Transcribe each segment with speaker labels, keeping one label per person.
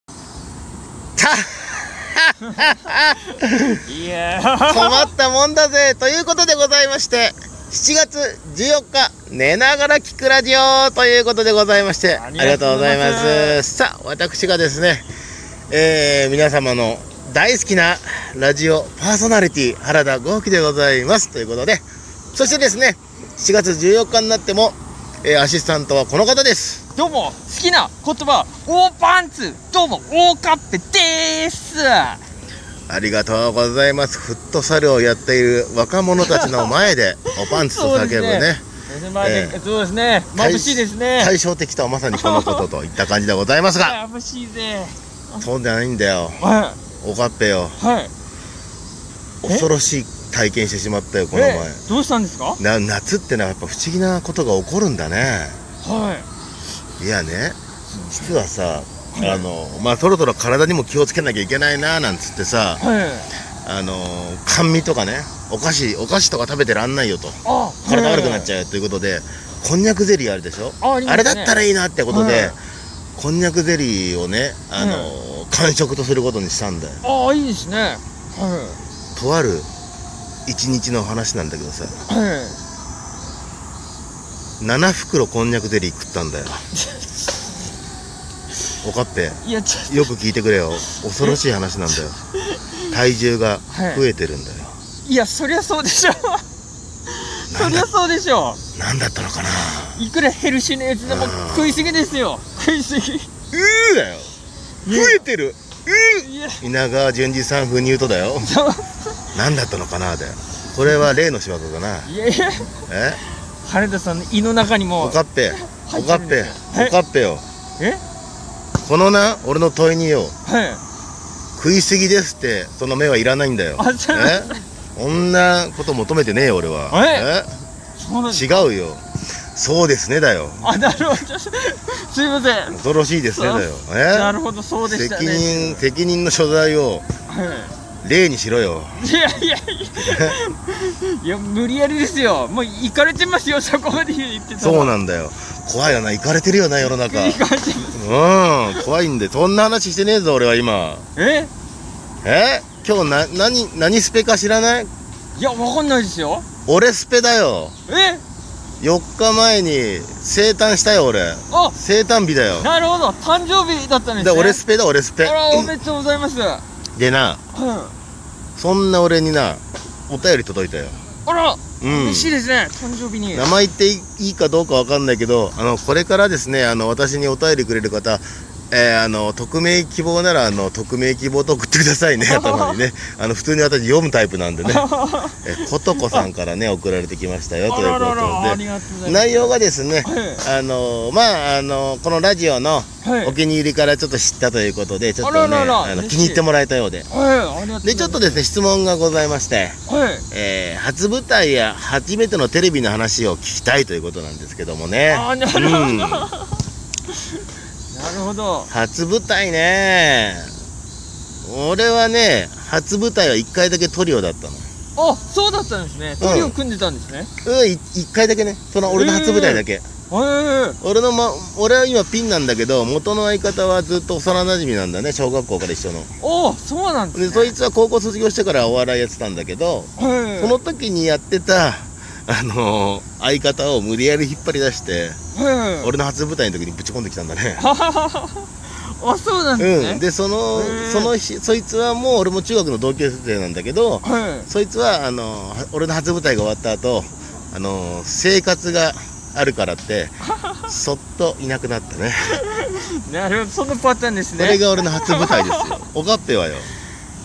Speaker 1: いやー
Speaker 2: 困ったもんだぜということでございまして7月14日寝ながら聞くラジオということでございましてあ
Speaker 1: あ
Speaker 2: り
Speaker 1: り
Speaker 2: が
Speaker 1: が
Speaker 2: と
Speaker 1: と
Speaker 2: う
Speaker 1: う
Speaker 2: ご
Speaker 1: ご
Speaker 2: ざい
Speaker 1: ざい
Speaker 2: ま
Speaker 1: ます
Speaker 2: すさあ私がですね、えー皆様の大好きなラジオパーソナリティ原田豪輝でございますということでそしてですね7月14日になっても、えーアシスタントはこの方です
Speaker 1: どうも好きな言葉は大パンツどうも大カッペでーす
Speaker 2: ありがとうございますフットサルをやっている若者たちの前 でおパンツと叫ぶ
Speaker 1: そうで
Speaker 2: ね
Speaker 1: すまあね
Speaker 2: ええ
Speaker 1: そうですね眩しいですね
Speaker 2: 対照的とはまさにこのことといった感じでございますが
Speaker 1: 眩しいぜ
Speaker 2: そうじゃないんだよ
Speaker 1: は
Speaker 2: おかっぺよ
Speaker 1: いはい
Speaker 2: 恐ろしい体験してしまったよこの前
Speaker 1: えどうしたんですか
Speaker 2: な夏ってのはやっぱ不思議なことが起こるんだね
Speaker 1: はい
Speaker 2: やね実はさあのまあそろそろ体にも気をつけなきゃいけないななんつってさ
Speaker 1: いはい
Speaker 2: あの甘味とかねお菓子お菓子とか食べてらんないよと
Speaker 1: あ
Speaker 2: 体悪くなっち
Speaker 1: ゃ
Speaker 2: ゃうよということでこんにゃくゼリーあるでしょ
Speaker 1: あありますね
Speaker 2: れだったらいいなってことで、
Speaker 1: はい
Speaker 2: こんにゃくゼリーをねあの、完食とすることにしたんだよ
Speaker 1: うああいいですねは
Speaker 2: とある一日の話なんだけどさ
Speaker 1: いはい
Speaker 2: 7袋こんにゃくゼリー食ったんだよおかっぺ
Speaker 1: いやちょっ
Speaker 2: よく聞いてくれよ恐ろしい話なんだよ体重が増えてるんだよ、
Speaker 1: といやそりゃそうでしょそりゃそうでしょ
Speaker 2: なんだったのかなう
Speaker 1: いくらヘルシーなやつでも
Speaker 2: うん
Speaker 1: 食いすぎですよ食いすぎ
Speaker 2: ーだよ増えてる
Speaker 1: いや
Speaker 2: うー稲川淳二さん風に言うとだよ
Speaker 1: そう
Speaker 2: 何だったのかなだよこれは例の仕業だない
Speaker 1: やいや
Speaker 2: え
Speaker 1: 原田さんの胃の中にも
Speaker 2: おかっぺお
Speaker 1: 入っ
Speaker 2: か
Speaker 1: て
Speaker 2: っ
Speaker 1: るん
Speaker 2: ぺ
Speaker 1: ですよ
Speaker 2: おかっぺよ
Speaker 1: え
Speaker 2: このな俺の問いによ
Speaker 1: はい
Speaker 2: 食いすぎですってその目はいらないんだよ
Speaker 1: あそうなんだ
Speaker 2: えこんなこと求めてねえよ俺は
Speaker 1: えそうなんです
Speaker 2: 違うよそうですねだよ
Speaker 1: あなるほど すいません
Speaker 2: 恐ろしいですねだよえ
Speaker 1: なるほどそうでした
Speaker 2: 責
Speaker 1: ね
Speaker 2: 任責任の所在を
Speaker 1: はい
Speaker 2: 例にしろよ
Speaker 1: いやいや いやいや無理やりですよもう行かれてますよそこまで言ってたら
Speaker 2: そうんなんだよ怖いよな行かれてるよな世の中
Speaker 1: 行かれて
Speaker 2: うん怖いんでそんな話してねえぞ俺は今
Speaker 1: え
Speaker 2: え今日な何何スペか知らない
Speaker 1: いやわかんないですよ
Speaker 2: 俺スペだよ
Speaker 1: え
Speaker 2: 4日前に生誕したよ俺
Speaker 1: あ
Speaker 2: 生誕日だよ
Speaker 1: なるほど誕生日だったんです
Speaker 2: で
Speaker 1: ね
Speaker 2: 俺スペだ俺スペ
Speaker 1: あらおめでとうございます、うん、あ
Speaker 2: でなそんな俺になお便り届いたよ
Speaker 1: ら、
Speaker 2: うん
Speaker 1: 嬉しいですね誕生日に
Speaker 2: 名前言っていいかどうかわかんないけどあのこれからですねあの私にお便りくれる方えーあの匿名希望ならあの匿名希望と送ってくだ さいね頭にねあの普通に私読むタイプなんでねえことこさんからね送られてきましたよ
Speaker 1: あ
Speaker 2: という
Speaker 1: ら
Speaker 2: こ
Speaker 1: ららあ
Speaker 2: と
Speaker 1: り
Speaker 2: で
Speaker 1: がとうございます
Speaker 2: 内容がですねあのまああのこのラジオの
Speaker 1: は い
Speaker 2: お気に入りからちょっと知ったということでちょっと
Speaker 1: あ
Speaker 2: ね
Speaker 1: ららら
Speaker 2: あの
Speaker 1: 嬉しい
Speaker 2: 気に入ってもらえたようで
Speaker 1: はいありがとうございます
Speaker 2: でちょっとですね質問がございまして
Speaker 1: はい
Speaker 2: えー初舞台や初めてのテレビの話を聞きたいということなんですけどもね
Speaker 1: あーなるほど、
Speaker 2: うん
Speaker 1: なるほど
Speaker 2: 初舞台ね俺はね初舞台は1回だけトリオだったの
Speaker 1: あそうだったんですねトリを組んでたんですね、
Speaker 2: うん1回だけねその俺の初舞台だけ、
Speaker 1: へえ
Speaker 2: 俺の、ま、俺は今ピンなんだけど元の相方はずっと幼馴染なんだね小学校から一緒の
Speaker 1: おそうなんです
Speaker 2: で
Speaker 1: ね
Speaker 2: そいつは高校卒業してからお笑いやってたんだけど
Speaker 1: はい
Speaker 2: その時にやってたあのー相方を無理やり引っ張り出して
Speaker 1: はい
Speaker 2: 俺の初舞台の時にぶち込んできたんだね
Speaker 1: あそうなんですね、
Speaker 2: うん、でその
Speaker 1: へー
Speaker 2: その日そいつはもう俺も中学の同級生なんだけど
Speaker 1: はい
Speaker 2: そいつはあのは俺の初舞台が終わった後あの生活があるからって そっといなくなったね
Speaker 1: なるほどそのパターンです
Speaker 2: これ
Speaker 1: ね
Speaker 2: が俺の初舞台 ですよおかっぺはよ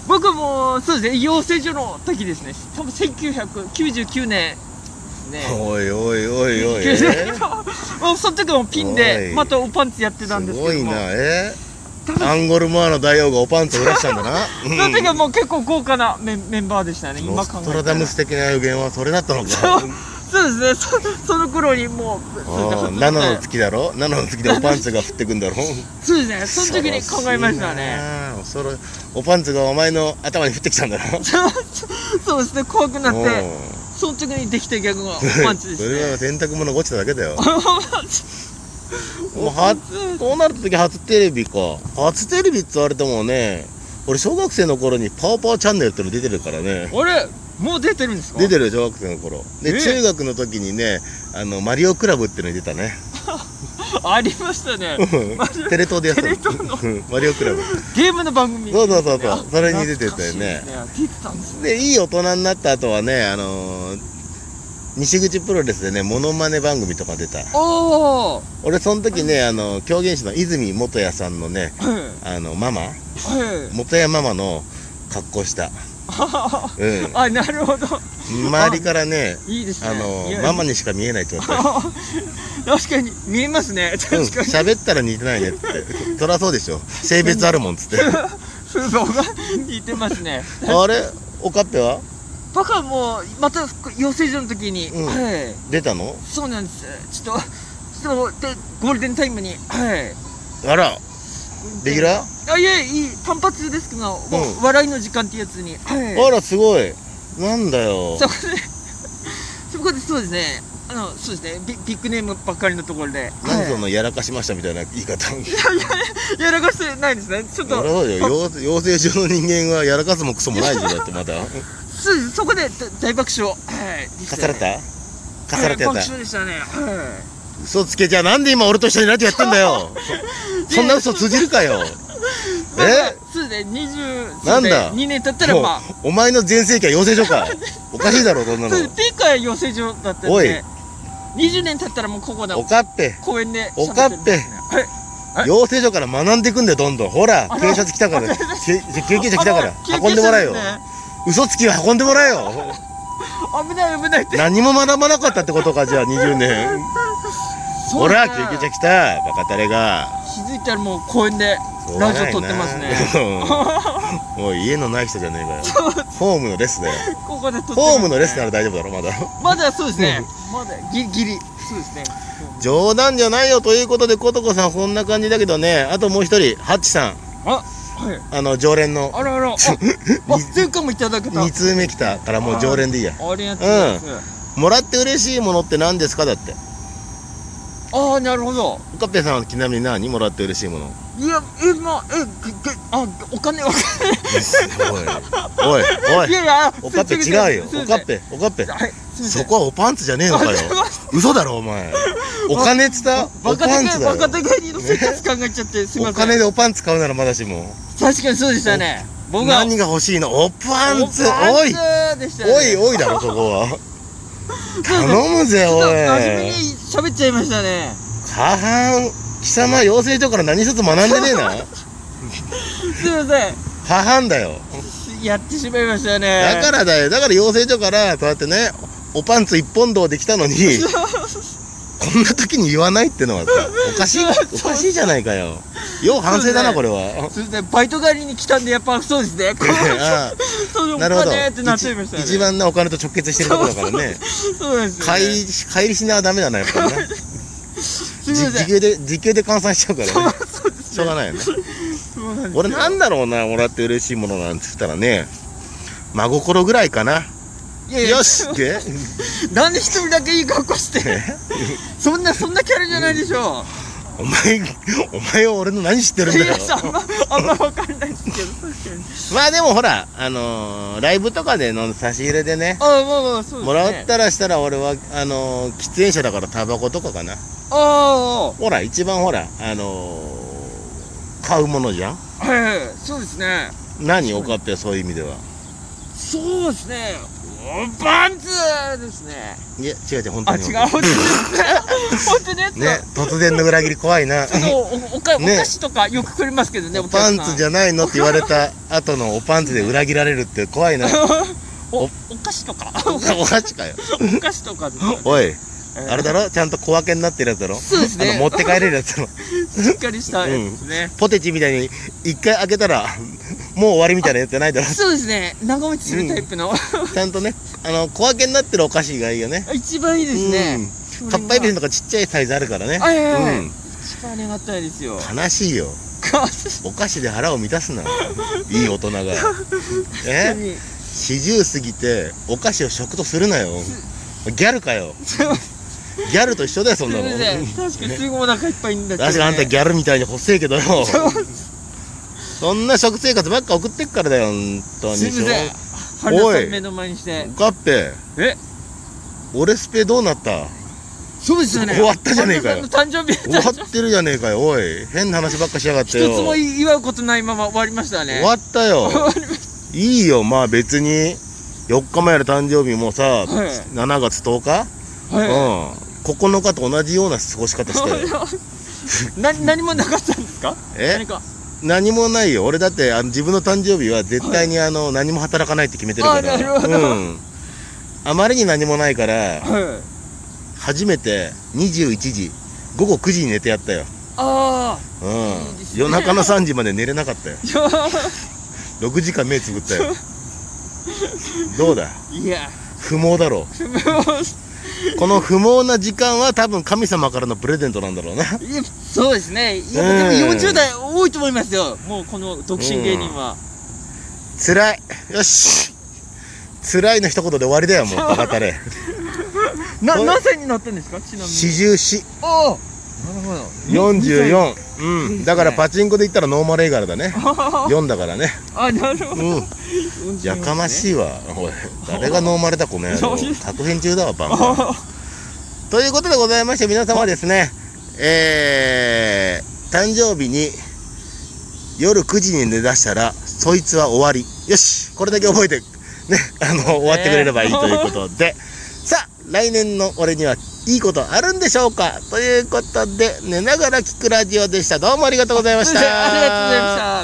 Speaker 1: 僕もそうですね養成所の時ですね多分1999年ですね
Speaker 2: おいおいおいおい、え
Speaker 1: 99年 もうその時もピン
Speaker 2: お
Speaker 1: で
Speaker 2: い
Speaker 1: またおパンツやってたん
Speaker 2: ー、す
Speaker 1: です
Speaker 2: ご
Speaker 1: け
Speaker 2: い
Speaker 1: ども
Speaker 2: なえー、アンゴルモアの大王がおパンツを売らしたんだな、
Speaker 1: その時は
Speaker 2: う
Speaker 1: もう結構豪華なメンメンバーでしたね
Speaker 2: ん、
Speaker 1: 今
Speaker 2: ノス
Speaker 1: 考え
Speaker 2: ト
Speaker 1: た
Speaker 2: ラダム
Speaker 1: ら
Speaker 2: ス的な予言はそれだったの
Speaker 1: そ
Speaker 2: か
Speaker 1: うそうですねそその頃にもうそうですね初舞
Speaker 2: 7の
Speaker 1: 台
Speaker 2: 月だろ7の月でおパンツが降ってくんだろ
Speaker 1: そうですねその時に考えましたね
Speaker 2: 恐ろしいなおパンツがお前の頭に降ってきたんだろ
Speaker 1: そうそうですね 怖くなっ
Speaker 2: お
Speaker 1: て
Speaker 2: う
Speaker 1: その時にできたギャグがパンチで
Speaker 2: それは
Speaker 1: すね。
Speaker 2: 洗濯物が落ちただけだ よもう
Speaker 1: おパン
Speaker 2: 初
Speaker 1: ツ
Speaker 2: こうなると時初テレビか初テレビって言われてもね俺小学生の頃にパワーパワーチャンネルっての出てるからね
Speaker 1: あれもう出てるんですか
Speaker 2: 出てるよ小学生の頃で
Speaker 1: え
Speaker 2: 中学の時にねあのマリオクラブってのに出たね
Speaker 1: ありましたねマジ
Speaker 2: テレ東でやったの
Speaker 1: テレ東の
Speaker 2: うんマリオクラブ
Speaker 1: ゲームの番組
Speaker 2: そうそうそうそう
Speaker 1: あ
Speaker 2: それに出てたよね
Speaker 1: 懐かしいですね出てたんですね
Speaker 2: でいい大人になった後はねあのー西口プロレスでねモノマネ番組とか出た
Speaker 1: おお
Speaker 2: 俺その時ねあの狂言師の泉元也さんのね
Speaker 1: はい
Speaker 2: あのママ
Speaker 1: はい
Speaker 2: 元也ママの格好したうん
Speaker 1: あなるほど
Speaker 2: 周りからね
Speaker 1: いいですね
Speaker 2: あの
Speaker 1: いや
Speaker 2: ママにしか見えないって言われて
Speaker 1: 確かに見えます
Speaker 2: う
Speaker 1: ね
Speaker 2: ん
Speaker 1: 確かに、
Speaker 2: 喋ったら似てないねってそりゃそうでし ょ性別あるもんっつって
Speaker 1: 風貌が似てます ね
Speaker 2: あれおかっぺは
Speaker 1: バカもまた養成所の時に、
Speaker 2: うん
Speaker 1: はい
Speaker 2: 出たの
Speaker 1: そうなんですちょっとちょっとでゴールデンタイムにはい
Speaker 2: あらレギュラー
Speaker 1: あいえいい単発ですけど、もう
Speaker 2: うん
Speaker 1: 笑いの時間ってやつにはい
Speaker 2: あらすごいなんだよ
Speaker 1: そこで そこでそうですねあのそうですねビビッグネームばっかりのところで
Speaker 2: 何
Speaker 1: はい
Speaker 2: そのやらかしましたみたいな言い方
Speaker 1: いややらかしてないですねちょっ
Speaker 2: なる
Speaker 1: と
Speaker 2: ほどよ養養成所の人間はやらかすもクソもないじゃんだってまだ
Speaker 1: そうですそこでだ大爆笑はいで
Speaker 2: か
Speaker 1: し
Speaker 2: さ
Speaker 1: た
Speaker 2: れ
Speaker 1: ね
Speaker 2: たかされて
Speaker 1: は
Speaker 2: や
Speaker 1: い
Speaker 2: っ
Speaker 1: 爆
Speaker 2: た
Speaker 1: 笑でしたねはい
Speaker 2: 嘘つけじゃあなんで今俺と一緒にラジオやってんだ よそんな嘘通じるかよえ
Speaker 1: そうですね20
Speaker 2: なんだ
Speaker 1: 2年経ったらまあ
Speaker 2: もうお前の全盛期は養成所かおかしいだろそんな
Speaker 1: そうで
Speaker 2: の
Speaker 1: すピークは養成所だったん
Speaker 2: おい
Speaker 1: で20年経ったらもうここだ
Speaker 2: おかっぺ
Speaker 1: 公園で
Speaker 2: おかっぺ
Speaker 1: 喋ってるんですねはいえ
Speaker 2: 養成所から学んでいくんだよどんどんほら
Speaker 1: あら
Speaker 2: 警察来た からけ救急車来たから
Speaker 1: あの
Speaker 2: 運んでもらえよ
Speaker 1: 救急車ですね
Speaker 2: 嘘つきを運んでもらえよ
Speaker 1: 危ない危ないって
Speaker 2: 何も学ばなかったってことかじゃあ20年ほら
Speaker 1: そうだ
Speaker 2: 救急車来たバカタレが
Speaker 1: 気づいたらもう公園でラジオ撮ってますね
Speaker 2: しょうがないなもう家のない人じゃねえかよホームのレスだよ
Speaker 1: ここで撮ってますね
Speaker 2: ホームのレスなら大丈夫だろまだ
Speaker 1: まだそうですねまだギリギリそうですね
Speaker 2: 冗談じゃないよということでことこさんそんな感じだけどねあともう一人ハッチさん
Speaker 1: あはい
Speaker 2: あの常連の
Speaker 1: あら あらああ前回もいただけたあ
Speaker 2: 2通目来たからもう常連でいいや
Speaker 1: りがとうございます
Speaker 2: もらって嬉しいものって何ですかだって
Speaker 1: ああなるほど
Speaker 2: おかっぺさんはちなみに何もらって嬉しい もの
Speaker 1: いやえまあえぐぐあお金お金
Speaker 2: おいおいお
Speaker 1: い
Speaker 2: い
Speaker 1: やいや
Speaker 2: おかっぺ違うよ
Speaker 1: すい
Speaker 2: お
Speaker 1: ませ
Speaker 2: か
Speaker 1: ん
Speaker 2: っぺおかっぺ
Speaker 1: はいすいません
Speaker 2: そこはおパンツじゃねえのかよ
Speaker 1: あすいま
Speaker 2: 嘘だろお 前お金っつったお
Speaker 1: バカ
Speaker 2: パン
Speaker 1: でか
Speaker 2: ツ
Speaker 1: いバ
Speaker 2: だ
Speaker 1: カ
Speaker 2: よ
Speaker 1: でかいの生活考えちゃってすい
Speaker 2: お
Speaker 1: ません
Speaker 2: 金でおパンツ買うならまだしも
Speaker 1: 確かにそうでしたね僕は
Speaker 2: 何が欲しいのおパンツ
Speaker 1: おパ
Speaker 2: お
Speaker 1: ン
Speaker 2: い
Speaker 1: ツでしたね
Speaker 2: おいおいだろそこは頼むぜ
Speaker 1: ちょっと真面目
Speaker 2: お
Speaker 1: に
Speaker 2: い
Speaker 1: 喋っちゃいましたね
Speaker 2: 過半貴様養成所から何一つ学んでねえ な
Speaker 1: すいません
Speaker 2: 過半だよ
Speaker 1: やってしまいましたね
Speaker 2: だからだよだから養成所からそうやってねおパンツ一本堂でき たのにこんな時に言わないってのはさお かしいおかしいじゃないかよよう反省だな
Speaker 1: そ
Speaker 2: こ
Speaker 1: う
Speaker 2: れは
Speaker 1: そうですねバイト帰りに来たんでやっぱそうですね こ
Speaker 2: あ
Speaker 1: うそう
Speaker 2: あ
Speaker 1: お
Speaker 2: なるほど
Speaker 1: 金ってなっちゃいましたね
Speaker 2: 一一番なお金と直結してるとこだからね
Speaker 1: そうなんですよ
Speaker 2: 帰
Speaker 1: ね
Speaker 2: り帰りしなはダメだなやっぱりね
Speaker 1: す
Speaker 2: じ
Speaker 1: いませ
Speaker 2: 時
Speaker 1: ん
Speaker 2: 給で時給で換算しちゃうからねしょうがないよね
Speaker 1: そうなんです
Speaker 2: 俺なんだろうなもらって嬉しいものなんて言ったらね真心ぐらいかない
Speaker 1: やいや
Speaker 2: よしって
Speaker 1: なんで一人だけいい格好してそんなそんなキャラじゃないでしょ
Speaker 2: お前お前は俺の何知って
Speaker 1: う
Speaker 2: るん
Speaker 1: い
Speaker 2: だよ
Speaker 1: やあんまあんま分かんないですけど確かに
Speaker 2: まあでもほらあのーライブとかでの差し入れでね
Speaker 1: あまあまあそうですね
Speaker 2: もらったらしたら俺はあのー喫煙者だからタバコとかかな
Speaker 1: あ
Speaker 2: ほら一番ほらあのー買うものじゃん
Speaker 1: あはいはいそうですね
Speaker 2: 何おかっぺはそういう意味では
Speaker 1: そうですねおパンツですね
Speaker 2: いや違う違う本
Speaker 1: あ
Speaker 2: 当
Speaker 1: 違う
Speaker 2: に
Speaker 1: 本当です 本当のやつ
Speaker 2: ね突然の裏切り怖い な
Speaker 1: ちょっとおおかお
Speaker 2: ね
Speaker 1: 菓子とかよくくれますけどね、お
Speaker 2: パンツじ
Speaker 1: ゃ
Speaker 2: ゃないのって言われた後のおパンツで裏切られるって怖 いな
Speaker 1: おお菓子とか
Speaker 2: おかしかよ
Speaker 1: お菓子とかですかね
Speaker 2: おい
Speaker 1: えー
Speaker 2: あれだろちゃんと小分けになってるやつだろ
Speaker 1: そうですね
Speaker 2: あの持って帰れるやつだろ
Speaker 1: しっかりしたやつですね、
Speaker 2: ポテチみたいに一回開けたらもう終わりみたいなやつじゃないだろ
Speaker 1: そうですね長持ちするタイプの、
Speaker 2: ちゃんとねあの小分けになってるお菓子がいいよね
Speaker 1: 一番いいですね、
Speaker 2: うん
Speaker 1: そ
Speaker 2: カ
Speaker 1: れが
Speaker 2: ッパエビせんとかちっちゃいサイズあるからね
Speaker 1: はいはいはい、
Speaker 2: うん
Speaker 1: 一番ありがたいですよ
Speaker 2: 悲しいよお菓子で腹を満たすないい大 人がえ
Speaker 1: に
Speaker 2: 四十過ぎてお菓子を食とするなよギャルか よギャルと一緒だよそんなの
Speaker 1: すいません確かにすぐお腹いっぱいになっちゃう、
Speaker 2: 確かにあんたギャルみたいに細いけどよそんな食生活ばっか送ってっからだよ本当に
Speaker 1: すいません春菜さん目の前にして
Speaker 2: ガッペ
Speaker 1: え
Speaker 2: 俺スペどうなった
Speaker 1: そうですよね
Speaker 2: 終わったじゃねえかよ
Speaker 1: 春菜さんの誕生日
Speaker 2: 終わってるじゃねえかよおい変な話ばっかしやがっ
Speaker 1: 一
Speaker 2: てよ
Speaker 1: つも祝うことないまま終わりましたね
Speaker 2: 終わったよ
Speaker 1: 終わりまし
Speaker 2: いいよまあ別に4日前の誕生日もさ、
Speaker 1: はい
Speaker 2: 7月10日、
Speaker 1: たはい
Speaker 2: うん9日と同じような過ごし方 したよ
Speaker 1: な何もなかったんですか
Speaker 2: え
Speaker 1: 何か
Speaker 2: 何もないよ俺だってあの自分の誕生日は絶対にあの、何も働かないって決めてるから
Speaker 1: あなるほど
Speaker 2: うん、あまりに何もないから
Speaker 1: はい
Speaker 2: 初めて21時午後9時に寝てやったよ、
Speaker 1: あ
Speaker 2: うん
Speaker 1: いいですね
Speaker 2: 夜中の3時まで寝れなかったよ
Speaker 1: あいや
Speaker 2: 6時間目つぶったよどうだ
Speaker 1: いや
Speaker 2: 不毛だろうこの不毛な時間は多分神様からのプレゼントなんだろうな。
Speaker 1: いやそうですねいや
Speaker 2: うん
Speaker 1: でも40代多いと思いますよもうこの独身芸人は
Speaker 2: 辛い。よし。辛いの一言で終わりだよ、もう。バカタレ。
Speaker 1: な
Speaker 2: そう
Speaker 1: 何歳になったんですかちなみに
Speaker 2: 四十四、
Speaker 1: ああなるほど
Speaker 2: 四十
Speaker 1: 42
Speaker 2: 四。うん。だからパチンコで言ったらノーマル映画だね。
Speaker 1: あ
Speaker 2: 4だからね。
Speaker 1: あなるほど
Speaker 2: うん。やかま
Speaker 1: い
Speaker 2: しいわ。おい、誰がノーマルだ、この野郎。作品中だわ、バンバン。
Speaker 1: あ
Speaker 2: ということでございまして、皆様はですね、えー、誕生日に夜9時に寝だしたら、そいつは終わり。よし、これだけ覚えて、ね、あの、終わってくれればいいということ で、さあ、来年の俺にはいいことあるんでしょうかということで、寝ながら聞くラジオでした。どうもありがとうございました。
Speaker 1: ありがとうございました